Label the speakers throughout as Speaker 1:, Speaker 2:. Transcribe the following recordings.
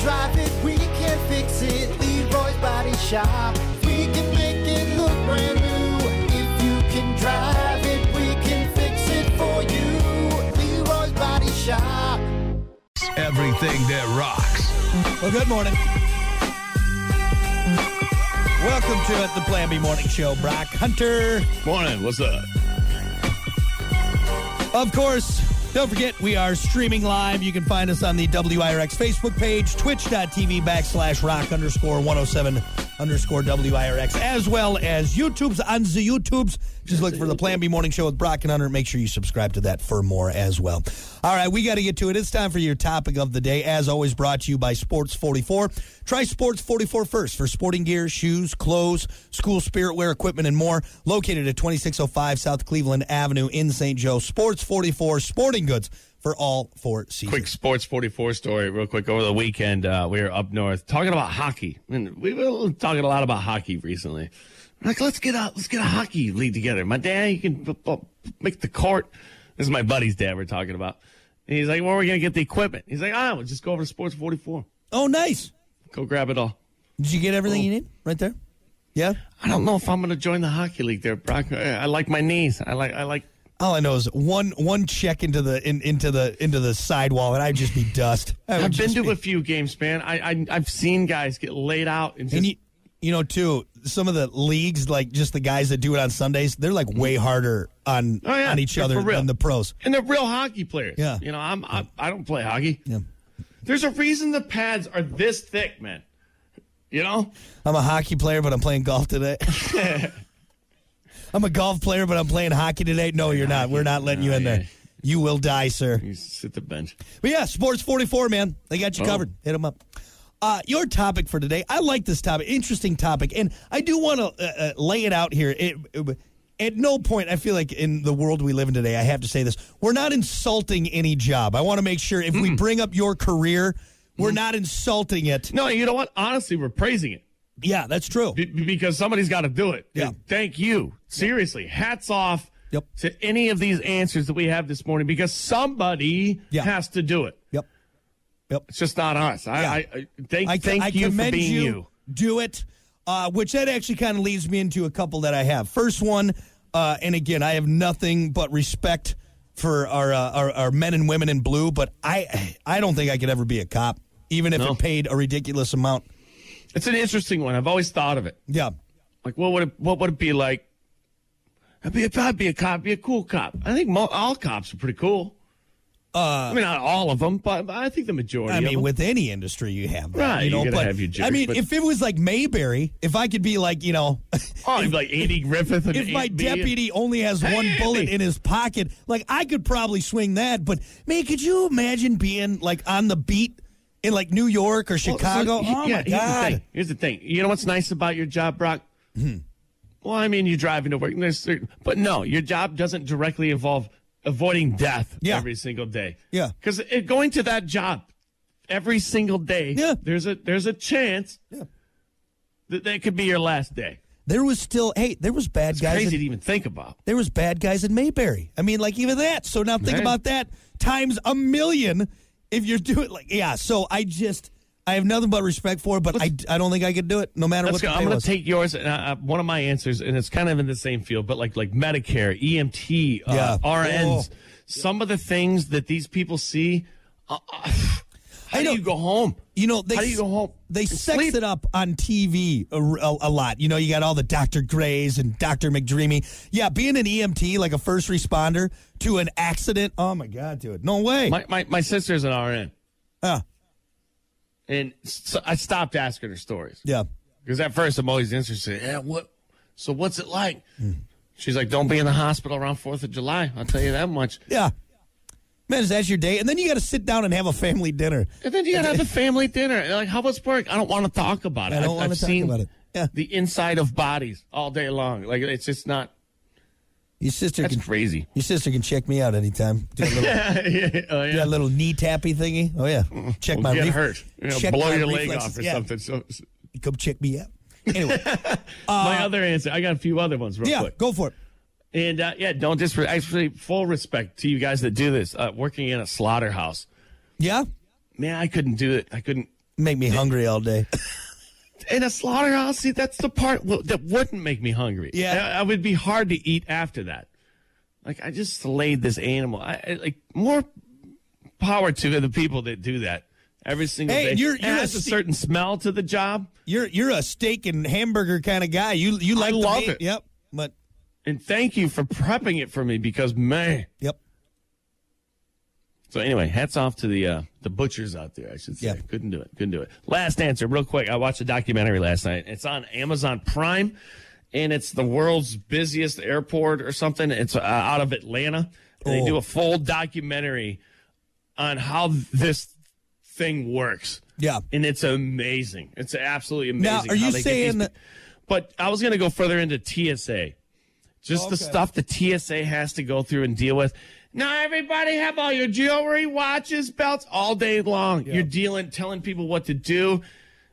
Speaker 1: drive it, we can fix it. Leroy's Body Shop. We can make it look brand new. If you can drive it, we can fix it for you. Leroy's Body Shop.
Speaker 2: Everything that rocks.
Speaker 3: Well, good morning. Welcome to it, the Plan B Morning Show. Brock Hunter.
Speaker 2: Morning, what's up?
Speaker 3: Of course, don't forget we are streaming live. You can find us on the WIRX Facebook page, twitch.tv backslash rock underscore 107 underscore WIRX, as well as YouTube's on the YouTubes. Just look for the Plan B Morning Show with Brock and Hunter. Make sure you subscribe to that for more as well. All right, we got to get to it. It's time for your topic of the day. As always, brought to you by Sports 44. Try Sports 44 first for sporting gear, shoes, clothes, school spirit wear, equipment, and more. Located at 2605 South Cleveland Avenue in St. Joe. Sports 44 sporting goods for all four seasons.
Speaker 4: quick sports 44 story real quick over the weekend uh, we were up north talking about hockey and we've been talking a lot about hockey recently I'm like let's get a let's get a hockey league together my dad he can p- p- make the court this is my buddy's dad we're talking about and he's like where are we gonna get the equipment he's like ah we'll just go over to sports 44
Speaker 3: Oh, nice.
Speaker 4: go grab it all
Speaker 3: Did you get everything you need right there? Yeah.
Speaker 4: i don't know if i'm gonna join the hockey league there brock i, I like my knees i like i like
Speaker 3: All I know is one one check into the in, into the into the sidewall, and I'd just be dust. I would
Speaker 4: I've been
Speaker 3: just
Speaker 4: to
Speaker 3: be-
Speaker 4: a few games, man. I, I I've seen guys get laid out and just
Speaker 3: And you, you know, too, some of the leagues, like just the guys that do it on Sundays, they're like way harder on
Speaker 4: Oh, yeah.
Speaker 3: on each
Speaker 4: Yeah,
Speaker 3: other
Speaker 4: for real.
Speaker 3: than the pros.
Speaker 4: and they're real hockey players.
Speaker 3: Yeah.
Speaker 4: you know, I'm I, I don't play hockey.
Speaker 3: Yeah.
Speaker 4: There's a reason the pads are this thick, man. You know,
Speaker 3: I'm a hockey player, but I'm playing golf today. I'm a golf player, but I'm playing hockey today. No, you're not. We're not letting you in there.
Speaker 4: yeah.
Speaker 3: You will die, sir.
Speaker 4: you sit the bench.
Speaker 3: But yeah, Sports 44, man. They got you covered. Hit them up. Uh, your topic for today, I like this topic. Interesting topic. And I do want to uh, uh, lay it out here. It, it- at no point, I feel like in the world we live in today, I have to say this. We're not insulting any job. I want to make sure if we bring up your career, we're not insulting it.
Speaker 4: No, you know what? Honestly, we're praising it
Speaker 3: Yeah, that's true.
Speaker 4: be- be- because somebody's got to do it.
Speaker 3: Yeah.
Speaker 4: And Thank you. Seriously, hats off
Speaker 3: Yep.
Speaker 4: to any of these answers that we have this morning because somebody
Speaker 3: Yeah.
Speaker 4: has to do it.
Speaker 3: Yep.
Speaker 4: It's just not us. I,
Speaker 3: Yeah.
Speaker 4: I, I thank, thank
Speaker 3: I
Speaker 4: you for
Speaker 3: commend
Speaker 4: being you.
Speaker 3: Do it. Uh, which that actually kind of leads me into a couple that I have. First one, uh, and again, I have nothing but respect for our, uh, our our men and women in blue, but I I don't think I could ever be a cop, even if
Speaker 4: No.
Speaker 3: it paid a ridiculous amount.
Speaker 4: It's an interesting one. I've always thought of it.
Speaker 3: Yeah,
Speaker 4: Like, what would it, what would it be like? I'd be, I'd be a cop, be a cool cop. I think mo- all cops are pretty cool. I mean, not all of them, but I think the majority.
Speaker 3: Uh, I
Speaker 4: of
Speaker 3: mean,
Speaker 4: them.
Speaker 3: with any industry, you have that,
Speaker 4: Right,
Speaker 3: You know,
Speaker 4: you're gonna
Speaker 3: but
Speaker 4: have your jerks,
Speaker 3: I mean,
Speaker 4: but-
Speaker 3: if it was like Mayberry, if I could be like you know.
Speaker 4: oh, it'd be like Andy Griffith and
Speaker 3: if my
Speaker 4: Andy-
Speaker 3: deputy only has one
Speaker 4: Andy!
Speaker 3: bullet in his pocket, like I could probably swing that. But man, could you imagine being like on the beat in like New York or
Speaker 4: Well, so-
Speaker 3: Chicago? oh my
Speaker 4: yeah, here's the
Speaker 3: god!
Speaker 4: thing. Here's the thing. You know what's nice about your job, Brock? Well, I mean, you're driving to work, and there's certain, but no, your job doesn't directly involve avoiding death
Speaker 3: Yeah.
Speaker 4: every single day.
Speaker 3: Yeah.
Speaker 4: because going to that job every single day,
Speaker 3: Yeah.
Speaker 4: there's a there's a chance that that could be your last day.
Speaker 3: There was still hey, there was bad
Speaker 4: It's
Speaker 3: guys.
Speaker 4: crazy to
Speaker 3: In,
Speaker 4: even think about.
Speaker 3: there was bad guys in Mayberry. I mean, like even that. So now think
Speaker 4: Right.
Speaker 3: about that times a million if you're doing like yeah. So I just I have nothing but respect for it, but I, I don't think I could do it no matter
Speaker 4: Let's
Speaker 3: what.
Speaker 4: go.
Speaker 3: the
Speaker 4: I'm
Speaker 3: pay
Speaker 4: going
Speaker 3: was.
Speaker 4: to take yours and uh, uh, one of my answers, and it's kind of in the same field, but like like Medicare, EMT,
Speaker 3: Yeah.
Speaker 4: uh, RNs,
Speaker 3: Oh.
Speaker 4: some of the things that these people see. Uh, uh, how
Speaker 3: I
Speaker 4: do
Speaker 3: know.
Speaker 4: you go home?
Speaker 3: You know, they,
Speaker 4: How do you go home?
Speaker 3: They
Speaker 4: And
Speaker 3: sex
Speaker 4: sleep?
Speaker 3: it up on TV a, a- a lot. You know, you got all the Dr. Grays and Dr. McDreamy. Yeah, being an EMT, like a first responder to an accident. Oh, my God, dude. No way.
Speaker 4: My, my my sister's an RN,
Speaker 3: Uh,
Speaker 4: and so I stopped asking her stories
Speaker 3: yeah.
Speaker 4: because at first I'm always interested. Yeah, what? So what's it like?
Speaker 3: Hmm.
Speaker 4: She's like, don't be in the hospital around Fourth of July. I'll tell you that much.
Speaker 3: Yeah. Man, is that your day? And then you got to sit down and have a family dinner.
Speaker 4: And then you gotta have the family dinner. And, Like, how was work? I don't want to talk about it.
Speaker 3: I don't
Speaker 4: I've-
Speaker 3: wanna
Speaker 4: I've
Speaker 3: talk
Speaker 4: seen
Speaker 3: about it. Yeah.
Speaker 4: The inside of bodies all day long. Like, it's just not.
Speaker 3: Your sister
Speaker 4: That's
Speaker 3: can
Speaker 4: crazy.
Speaker 3: your sister can check me out anytime. Do a little,
Speaker 4: yeah, oh,
Speaker 3: do
Speaker 4: yeah.
Speaker 3: that little knee tappy thingy. Oh yeah, check my
Speaker 4: Well, get
Speaker 3: ref-
Speaker 4: hurt. You know,
Speaker 3: check
Speaker 4: blow
Speaker 3: my
Speaker 4: your leg
Speaker 3: reflexes.
Speaker 4: off or
Speaker 3: Yeah,
Speaker 4: something. So, so-
Speaker 3: Come check me out. Anyway,
Speaker 4: my other answer. I got a few other ones real
Speaker 3: Uh, yeah,
Speaker 4: quick.
Speaker 3: go for it.
Speaker 4: And uh, yeah, don't disrespect. Actually, full respect to you guys that do this. Uh, working in a slaughterhouse,
Speaker 3: Yeah,
Speaker 4: man, I couldn't do it. I couldn't.
Speaker 3: Make me hungry all day.
Speaker 4: in a slaughterhouse, see, that's the part well, that wouldn't make me hungry.
Speaker 3: Yeah.
Speaker 4: I, I would be hard to eat after that. Like, I just slayed this animal. I, I like more power to the people that do that every single
Speaker 3: Hey,
Speaker 4: day.
Speaker 3: you're-
Speaker 4: It
Speaker 3: you're a
Speaker 4: has a
Speaker 3: se-
Speaker 4: certain smell to the job,
Speaker 3: You're you're a steak and hamburger kind of guy. You you like the
Speaker 4: love
Speaker 3: meat.
Speaker 4: it.
Speaker 3: Yep. But
Speaker 4: and thank you for prepping it for me because man.
Speaker 3: yep.
Speaker 4: So anyway, hats off to the uh, the butchers out there. I should say.
Speaker 3: Yeah.
Speaker 4: Couldn't do it. Couldn't do it. Last answer, real quick. I watched a documentary last night. It's on Amazon Prime, and it's the world's busiest airport or something. It's uh, out of Atlanta. And They
Speaker 3: Oh.
Speaker 4: do a full documentary on how this thing works.
Speaker 3: Yeah.
Speaker 4: And it's amazing. It's absolutely amazing.
Speaker 3: Now, are
Speaker 4: how
Speaker 3: you
Speaker 4: they get
Speaker 3: saying
Speaker 4: these-
Speaker 3: that-
Speaker 4: But I was going to go further into TSA, just the
Speaker 3: Okay.
Speaker 4: stuff the TSA has to go through and deal with. Now everybody have all your jewelry, watches, belts all day long. You're dealing, telling people what to do.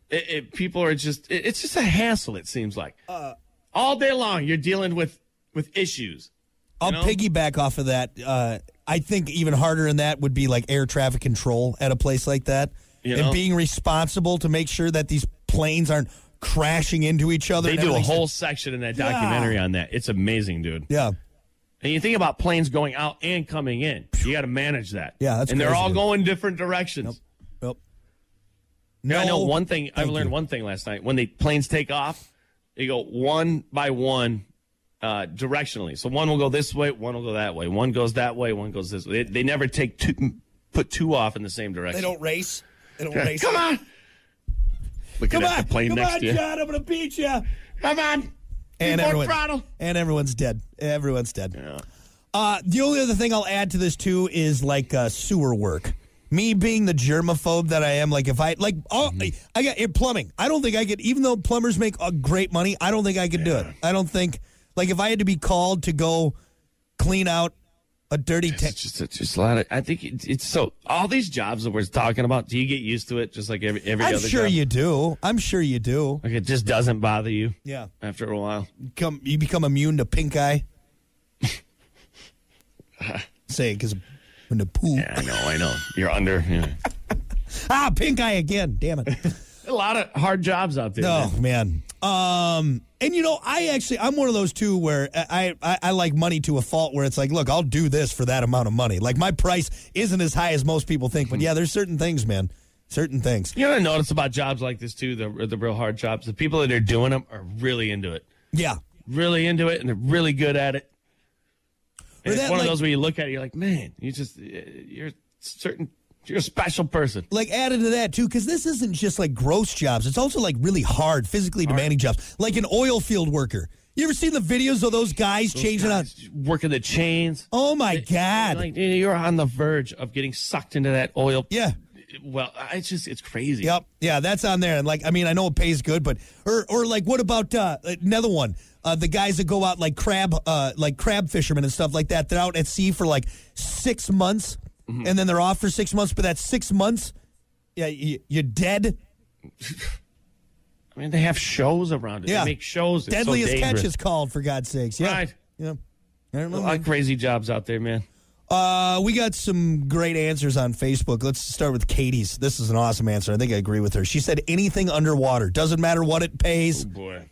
Speaker 4: It, it- people are just. it- it's just a hassle. It seems like
Speaker 3: Uh,
Speaker 4: all day long you're dealing with with issues.
Speaker 3: I'll
Speaker 4: know?
Speaker 3: piggyback off of that. Uh, I think even harder than that would be like air traffic control at a place like that,
Speaker 4: You
Speaker 3: and
Speaker 4: know?
Speaker 3: being responsible to make sure that these planes aren't crashing into each other.
Speaker 4: They
Speaker 3: and
Speaker 4: do a
Speaker 3: everything's-
Speaker 4: whole section in that documentary on that. It's amazing, dude.
Speaker 3: Yeah.
Speaker 4: And you think about planes going out and coming in. You got to manage that.
Speaker 3: Yeah, that's
Speaker 4: and they're
Speaker 3: crazy,
Speaker 4: all
Speaker 3: dude.
Speaker 4: going different directions.
Speaker 3: Yep.
Speaker 4: I know one thing. I
Speaker 3: Thank
Speaker 4: learned
Speaker 3: you.
Speaker 4: one thing last night. When the planes take off, they go one by one uh, directionally. So one will go this way, one will go that way, one goes that way, one goes this way. They, they never take two, put two off in the same direction.
Speaker 3: They don't race. They don't
Speaker 4: Yeah,
Speaker 3: race.
Speaker 4: Come on,
Speaker 3: Come
Speaker 4: at
Speaker 3: on.
Speaker 4: the plane
Speaker 3: Come
Speaker 4: next
Speaker 3: on,
Speaker 4: to you.
Speaker 3: John. I'm going to beat you.
Speaker 4: come on,
Speaker 3: and
Speaker 4: Keep on
Speaker 3: everyone,
Speaker 4: throttle.
Speaker 3: and everyone's dead. Everyone's dead. Uh, the only other thing I'll add to this too is like uh, sewer work. Me being the germaphobe that I am, like if I like, oh,
Speaker 4: Mm-hmm.
Speaker 3: I got in plumbing. I don't think I could, even though plumbers make uh, great money. I don't think I could do it. I don't think like if I had to be called to go clean out a dirty tank.
Speaker 4: It's just, it's just a lot of. I think it's, it's so. All these jobs that we're talking about, do you get used to it? Just like every every
Speaker 3: I'm
Speaker 4: other
Speaker 3: sure
Speaker 4: job?
Speaker 3: you do. I'm sure you do.
Speaker 4: Like it just doesn't bother you.
Speaker 3: Yeah.
Speaker 4: After a while,
Speaker 3: Come, you become immune to pink eye. Say it because when the poop.
Speaker 4: yeah, I know, I know. You're under. Yeah.
Speaker 3: Ah, pink eye again. Damn it.
Speaker 4: a lot of hard jobs out there. man.
Speaker 3: Oh man. Um, and you know, I actually I'm one of those too where I, I I like money to a fault. Where it's like, look, I'll do this for that amount of money. Like my price isn't as high as most people think, but yeah, there's certain things, man. Certain things.
Speaker 4: You know what I notice about jobs like this too, the the real hard jobs. The people that are doing them are really into it,
Speaker 3: Yeah.
Speaker 4: really into it, and they're really good at it.
Speaker 3: Or
Speaker 4: And it's
Speaker 3: that,
Speaker 4: one
Speaker 3: like-
Speaker 4: of those where you look at it, you're like, man, you just uh, you're certain, you're a special person.
Speaker 3: Like added to that too, because this isn't just like gross jobs. It's also like really hard, physically demanding jobs. Like an oil field worker. You ever seen the videos of those guys changing out?
Speaker 4: working the chains.
Speaker 3: Oh my god.
Speaker 4: Like you're on the verge of getting sucked into that oil.
Speaker 3: Yeah.
Speaker 4: Well, it's just it's crazy.
Speaker 3: Yep. Yeah, that's on there. And like, I mean, I know it pays good, but or or like, what about uh, another one? Uh, the guys that go out like crab, uh, like crab fishermen and stuff like that. They're out at sea for like six months,
Speaker 4: Mm-hmm.
Speaker 3: and then they're off for six months. But that six months, yeah, you, you're dead.
Speaker 4: I mean, they have shows around it.
Speaker 3: Yeah.
Speaker 4: They make shows. It's so
Speaker 3: Deadliest catch
Speaker 4: dangerous.
Speaker 3: is called for God's sakes. Yeah.
Speaker 4: Right.
Speaker 3: Yeah. I don't
Speaker 4: A
Speaker 3: know.
Speaker 4: lot of crazy jobs out there, man.
Speaker 3: Uh, we got some great answers on Facebook. Let's start with Katie's. This is an awesome answer. I think I agree with her. She said anything underwater doesn't matter what it pays.
Speaker 4: Boy.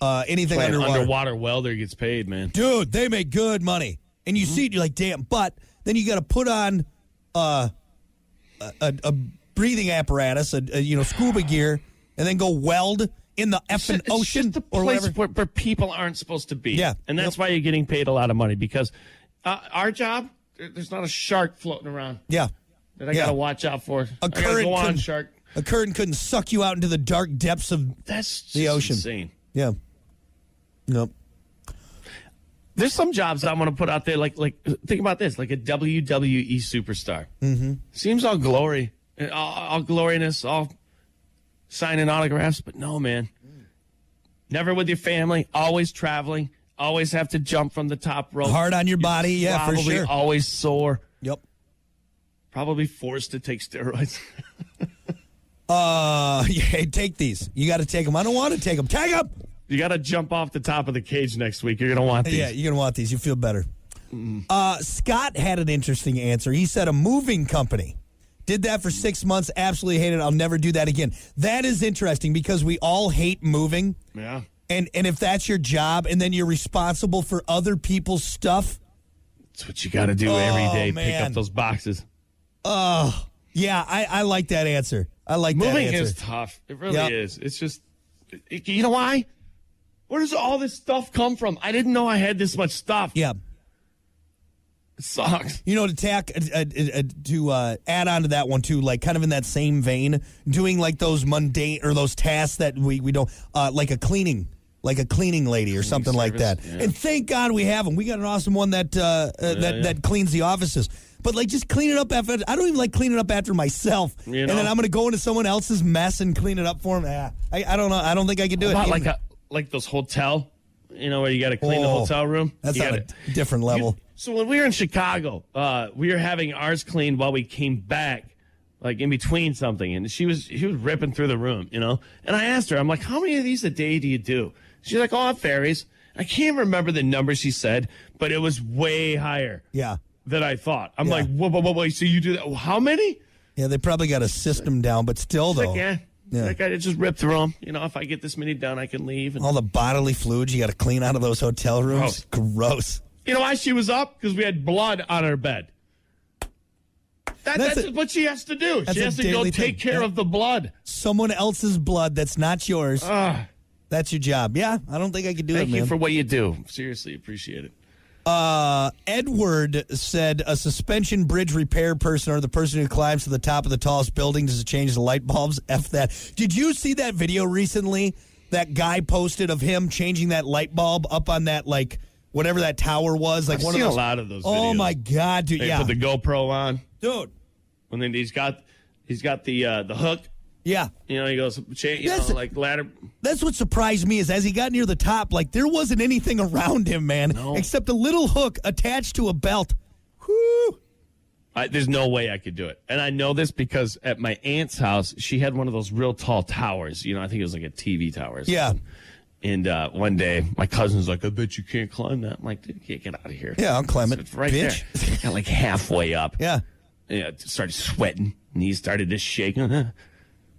Speaker 3: Uh, anything
Speaker 4: An
Speaker 3: underwater.
Speaker 4: underwater welder gets paid, man.
Speaker 3: dude, they make good money. And
Speaker 4: Mm-hmm.
Speaker 3: you see it, you're like, damn. But then you got to put on uh, a, a, a breathing apparatus, a, a, you know, scuba gear, and then go weld in the effing
Speaker 4: It's
Speaker 3: ocean
Speaker 4: just a
Speaker 3: or
Speaker 4: place
Speaker 3: whatever.
Speaker 4: Where, where people aren't supposed to be.
Speaker 3: Yeah.
Speaker 4: and that's why you're getting paid a lot of money because uh, our job there- there's not a shark floating around
Speaker 3: yeah,
Speaker 4: that I
Speaker 3: Yeah.
Speaker 4: gotta watch out for. I
Speaker 3: a
Speaker 4: gotta go on
Speaker 3: couldn't-
Speaker 4: shark.
Speaker 3: A current couldn't suck you out into the dark depths of
Speaker 4: That's just
Speaker 3: the ocean.
Speaker 4: Insane.
Speaker 3: Yeah. Nope.
Speaker 4: There's some jobs I want to put out there. Like like think about this, like a WWE superstar. Mm-hmm. Seems all glory, and all, all gloriness, all signing autographs, but no, man. Never with your family. Always traveling. Always have to jump from the top rope.
Speaker 3: Hard on your body. Yeah, for
Speaker 4: probably
Speaker 3: sure.
Speaker 4: always sore,
Speaker 3: Yep.
Speaker 4: probably forced to take steroids.
Speaker 3: Uh, yeah, take these. You got to take them. I don't want to take them. Take them.
Speaker 4: you got to jump off the top of the cage next week. You're going to want these.
Speaker 3: Yeah, you're gonna want these. You feel better. Uh, Scott had an interesting answer. He said a moving company Did that for six months. Absolutely hated it. I'll never do that again. That is interesting because we all hate moving.
Speaker 4: Yeah.
Speaker 3: And and if that's your job, and then you're responsible for other people's stuff.
Speaker 4: That's what you got to do every
Speaker 3: Oh,
Speaker 4: day. Pick
Speaker 3: man.
Speaker 4: up those boxes.
Speaker 3: Yeah, I, I like that answer. I like that
Speaker 4: Moving
Speaker 3: answer.
Speaker 4: is tough. It really
Speaker 3: Yep.
Speaker 4: is. It's just, it- you know why? Where does all this stuff come from? I didn't know I had this much stuff.
Speaker 3: yeah.
Speaker 4: It sucks.
Speaker 3: You know, to tack uh, uh, uh, to uh, add on to that one too, like kind of in that same vein, doing like those mundane or those tasks that we we don't uh, like a cleaning, like a cleaning lady or something like that.
Speaker 4: service, yeah.
Speaker 3: And thank God we have them. We got an awesome one that uh, uh, that
Speaker 4: yeah.
Speaker 3: that cleans the offices. But like, just clean it up after. I don't even like cleaning up after myself,
Speaker 4: You
Speaker 3: and
Speaker 4: know?
Speaker 3: then I'm gonna go into someone else's mess and clean it up for them. I, I don't know. I don't think I can do
Speaker 4: About
Speaker 3: it.
Speaker 4: like a, like those hotel, you know, where you got to clean the
Speaker 3: Oh,
Speaker 4: hotel room.
Speaker 3: That's
Speaker 4: You
Speaker 3: on
Speaker 4: gotta-
Speaker 3: a different level.
Speaker 4: So when we were in Chicago, uh, we were having ours cleaned while we came back, like in between something, and she was she was ripping through the room, you know. And I asked her, I'm like, how many of these a day do you do? She's like, oh, it varies. I can't remember the number she said, but it was way higher
Speaker 3: yeah,
Speaker 4: than I thought. I'm
Speaker 3: Yeah.
Speaker 4: like, whoa, whoa, whoa, whoa. So you do that? How many?
Speaker 3: yeah. They probably got a system down, but still though.
Speaker 4: Like, yeah.
Speaker 3: Oh. Yeah.
Speaker 4: Like I just ripped through them. You know, if I get this many done, I can leave. And,
Speaker 3: All the bodily fluids you got to clean out of those hotel rooms.
Speaker 4: Oh.
Speaker 3: Gross.
Speaker 4: You know why she was up? Because we had blood on her bed.
Speaker 3: That's
Speaker 4: That, that's,
Speaker 3: a-
Speaker 4: what she has to do.
Speaker 3: that's
Speaker 4: She
Speaker 3: a
Speaker 4: has to go
Speaker 3: daily
Speaker 4: take
Speaker 3: thing.
Speaker 4: care
Speaker 3: Yeah.
Speaker 4: of the blood.
Speaker 3: Someone else's blood that's not yours.
Speaker 4: Ah.
Speaker 3: that's your job. Yeah, I don't think I could do
Speaker 4: Thank
Speaker 3: it,
Speaker 4: you
Speaker 3: man.
Speaker 4: for what you do. Seriously, appreciate it.
Speaker 3: Edward said a suspension bridge repair person or the person who climbs to the top of the tallest buildings to change the light bulbs. F that. Did you see that video recently? That guy posted of him changing that light bulb up on that like whatever that tower was. Like
Speaker 4: I've
Speaker 3: one
Speaker 4: seen
Speaker 3: of
Speaker 4: a
Speaker 3: those.
Speaker 4: lot of those
Speaker 3: Oh
Speaker 4: videos.
Speaker 3: my god, dude!
Speaker 4: They
Speaker 3: yeah,
Speaker 4: put the GoPro on,
Speaker 3: dude.
Speaker 4: and then he's got he's got the uh, the hook.
Speaker 3: Yeah,
Speaker 4: You know, he goes, cha- you know,
Speaker 3: That's-
Speaker 4: like ladder.
Speaker 3: That's what surprised me is as he got near the top, like there wasn't anything around him, man, except a little hook attached to a belt. Whew.
Speaker 4: I, there's no way I could do it, and I know this because at my aunt's house, she had one of those real tall towers. You know, I think it was like a TV tower. or
Speaker 3: Yeah.
Speaker 4: something. And uh, one day, my cousin's like, "I bet you can't climb that." I'm like, "Dude, you can't get out of here."
Speaker 3: Yeah, I'll climb
Speaker 4: So
Speaker 3: it,
Speaker 4: It's right
Speaker 3: bitch.
Speaker 4: there. Got like halfway up.
Speaker 3: Yeah.
Speaker 4: yeah, started sweating. Knees started to shake.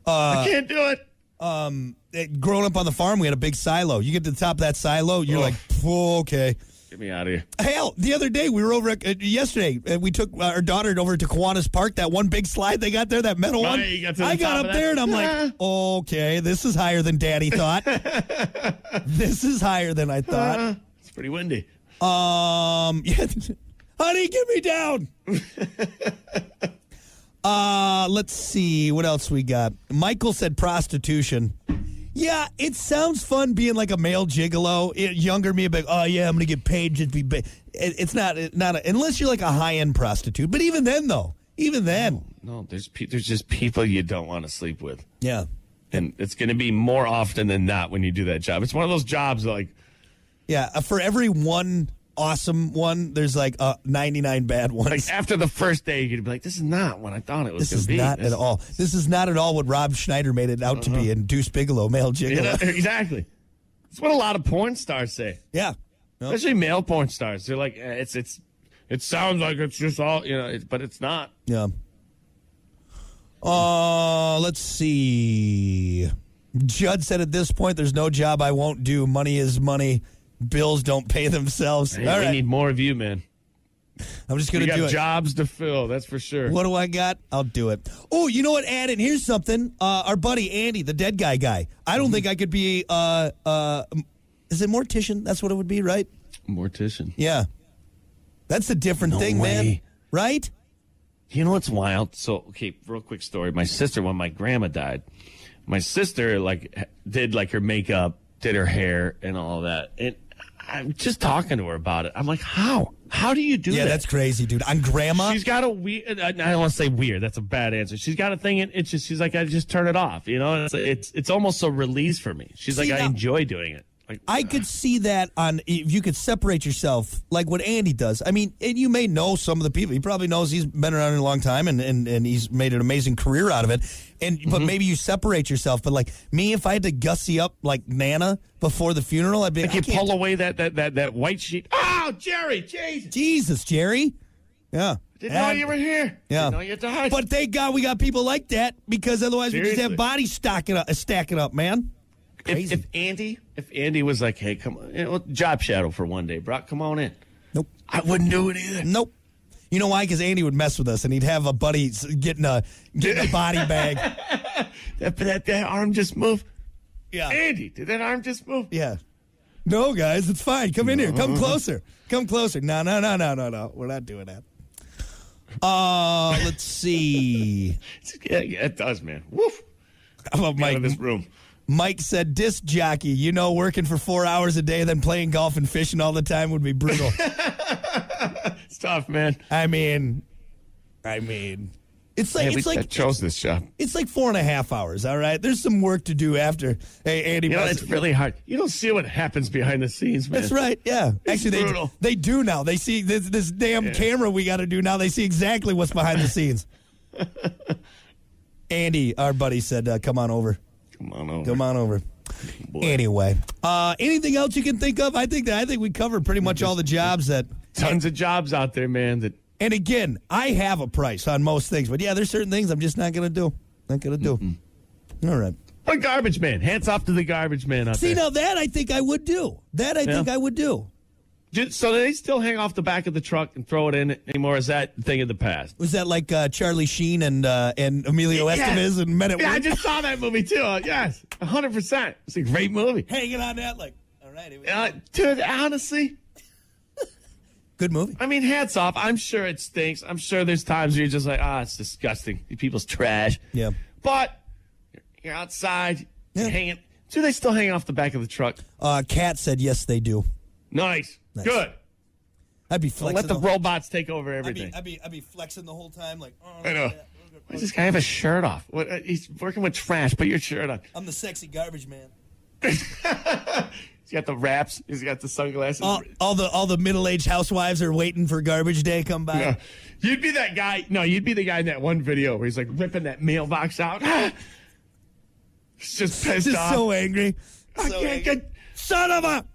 Speaker 3: Uh,
Speaker 4: I can't do it.
Speaker 3: Eh, growing up on the farm, we had a big silo. You get to the top of that silo, you're like, "Phew, okay.
Speaker 4: Get me out of here.
Speaker 3: Hell, the other day we were over at, uh, yesterday, and we took uh, our daughter over to Kiwanis Park. That one big slide they got there, that metal
Speaker 4: Oh,
Speaker 3: one.
Speaker 4: yeah, you got to the
Speaker 3: I got
Speaker 4: top
Speaker 3: up
Speaker 4: of that.
Speaker 3: there, and I'm like, okay, this is higher than Daddy thought. this is higher than I thought.
Speaker 4: It's pretty windy.
Speaker 3: Um, yeah, honey, get me down. uh, let's see what else we got. Michael said prostitution. Yeah, it sounds fun being like a male gigolo. It, younger me, like, oh yeah, I'm gonna get paid just to be. Ba-. It, it's not it, not a, unless you're like a high end prostitute. But even then, though, even then,
Speaker 4: No, there's pe- there's just people you don't want to sleep with,
Speaker 3: yeah,
Speaker 4: and it's going to be more often than not when you do that job. It's one of those jobs that, like
Speaker 3: yeah. uh, For every one awesome one, there's like uh, 99 bad ones.
Speaker 4: like after the first day you're going to be like, this is not what I thought it was
Speaker 3: This
Speaker 4: going
Speaker 3: is
Speaker 4: to be.
Speaker 3: not at all. This is not at all what Rob Schneider made it out to
Speaker 4: Uh-huh.
Speaker 3: be in Deuce Bigelow, male
Speaker 4: You know,
Speaker 3: gigolo.
Speaker 4: exactly. It's what a lot of porn stars say,
Speaker 3: Yeah. No.
Speaker 4: especially male porn stars. They're like, eh, it's it's it sounds like it's just all you know, it, but it's not.
Speaker 3: Yeah. Uh, let's see. Judd said at this point, there's no job I won't do. Money is money. Bills don't pay themselves.
Speaker 4: Hey,
Speaker 3: All
Speaker 4: we
Speaker 3: right.
Speaker 4: need more of you, man.
Speaker 3: I'm just
Speaker 4: We
Speaker 3: going to
Speaker 4: got
Speaker 3: do it.
Speaker 4: jobs to fill, that's for sure.
Speaker 3: What do I got? I'll do it. Oh, you know what, Adam? Here's something. Uh, our buddy Andy, the dead guy guy. I
Speaker 4: Mm-hmm.
Speaker 3: don't think I could be. Uh, uh, is it mortician? That's what it would be, right?
Speaker 4: Mortician.
Speaker 3: Yeah. That's a different
Speaker 4: No
Speaker 3: thing, man.
Speaker 4: way.
Speaker 3: Right?
Speaker 4: You know what's wild? So, okay, real quick story. My sister, when my grandma died, my sister like h- did like her makeup, did her hair, and all that. And I'm just talking to her about it. I'm like, how? How do you do
Speaker 3: Yeah,
Speaker 4: that?
Speaker 3: that's crazy, dude. On grandma?
Speaker 4: She's got a weird. I don't want to say weird. That's a bad answer. She's got a thing, and it's just she's like, I just turn it off. You know, it's it's, it's almost a release for me. She's
Speaker 3: See,
Speaker 4: like,
Speaker 3: now-
Speaker 4: I enjoy doing it. Like,
Speaker 3: I could see that on if you could separate yourself like what Andy does. I mean, and you may know some of the people. He probably knows he's been around a long time and, and, and he's made an amazing career out of it. And but
Speaker 4: Mm-hmm.
Speaker 3: maybe you separate yourself. But like me, if I had to gussy up like Nana before the funeral, I'd be like,
Speaker 4: you
Speaker 3: I can't
Speaker 4: pull away that that that that white sheet. Oh, Jerry, Jesus.
Speaker 3: Jesus, Jerry. Yeah.
Speaker 4: Didn't know
Speaker 3: And-
Speaker 4: you were here.
Speaker 3: Yeah.
Speaker 4: Didn't know you died.
Speaker 3: But thank God we got people like that because otherwise we just
Speaker 4: Seriously.
Speaker 3: have bodies stocking up, stacking up, man.
Speaker 4: if, if Andy, if Andy was like, hey, come on, you know, job shadow for one day, Brock, come on in.
Speaker 3: Nope.
Speaker 4: I wouldn't do it either.
Speaker 3: Nope. You know why? Because Andy would mess with us, and he'd have a buddy s- getting a getting a body bag.
Speaker 4: That, that, that arm just moved.
Speaker 3: Yeah.
Speaker 4: Andy, did that arm just move?
Speaker 3: Yeah. No, guys, it's fine. Come in here. Come closer. Come closer. No, no, no, no, no, no. We're not doing that. Uh, let's see.
Speaker 4: It's- Yeah, yeah, it does, man. Woof.
Speaker 3: How about
Speaker 4: Out
Speaker 3: Mike?
Speaker 4: of this room.
Speaker 3: Mike said, disc jockey, you know, working for four hours a day, then playing golf and fishing all the time would be brutal.
Speaker 4: It's tough, man.
Speaker 3: I mean, I mean, it's like,
Speaker 4: Hey,
Speaker 3: it's
Speaker 4: we- I
Speaker 3: like,
Speaker 4: chose this job.
Speaker 3: it's like four and a half hours. All right. There's some work to do after. Hey, Andy,
Speaker 4: You know,
Speaker 3: Bus-
Speaker 4: it's really hard. You don't see what happens behind the scenes, man.
Speaker 3: That's right. Yeah. Actually, they
Speaker 4: brutal.
Speaker 3: they do now. They see this this damn camera we got to do now. They see exactly what's behind the scenes. Andy, our buddy, said, uh, "Come on over.
Speaker 4: Come on over.
Speaker 3: Come on over." Anyway, uh, anything else you can think of? I think that I think we covered pretty much all the jobs that.
Speaker 4: Tons of jobs out there, man. That
Speaker 3: And again, I have a price on most things, but yeah, there's certain things I'm just not gonna do. Not gonna do. All right.
Speaker 4: a garbage man. Hands off to the garbage man out
Speaker 3: See
Speaker 4: there.
Speaker 3: now that I think I would do. That I think I would do.
Speaker 4: Ju- So they still hang off the back of the truck and throw it in anymore? Is that a thing of the past?
Speaker 3: Was that like uh, Charlie Sheen and uh, and Emilio Estevez and Men at
Speaker 4: Yeah, I
Speaker 3: Work?
Speaker 4: just saw that movie too. Uh, Yes, hundred percent. It's a great movie.
Speaker 3: hanging on that like all right here we go.
Speaker 4: Uh, dude, honestly,
Speaker 3: good movie
Speaker 4: I mean, hats off. I'm sure it stinks. I'm sure there's times where you're just like, ah, it's disgusting. These people's trash.
Speaker 3: Yeah.
Speaker 4: But you're- you're outside,
Speaker 3: Yeah.
Speaker 4: you're hanging. Do they still hang off the back of the truck?
Speaker 3: uh cat said yes they do
Speaker 4: Nice.
Speaker 3: Nice.
Speaker 4: Good.
Speaker 3: i'd be
Speaker 4: Don't
Speaker 3: flexing
Speaker 4: let the
Speaker 3: whole-
Speaker 4: robots take over
Speaker 3: I'd,
Speaker 4: everything.
Speaker 3: be, I'd, be, I'd be flexing the whole time like oh,
Speaker 4: I know.
Speaker 3: look at that.
Speaker 4: Why does this guy have a shirt off? What, uh, he's working with trash. Put your shirt on.
Speaker 3: i'm the sexy garbage man
Speaker 4: He's got the wraps. He's got the sunglasses.
Speaker 3: all, all the all the middle-aged housewives are waiting for garbage day come by
Speaker 4: Uh, you'd be that guy. No, you'd be the guy in that one video where he's like ripping that mailbox out. he's just pissed
Speaker 3: just
Speaker 4: off.
Speaker 3: so angry
Speaker 4: I
Speaker 3: So
Speaker 4: can't
Speaker 3: angry.
Speaker 4: get.
Speaker 3: son of a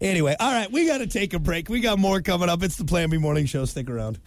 Speaker 3: Anyway, all right, we got to take a break. We got more coming up. It's the Plan B Morning Show. Stick around.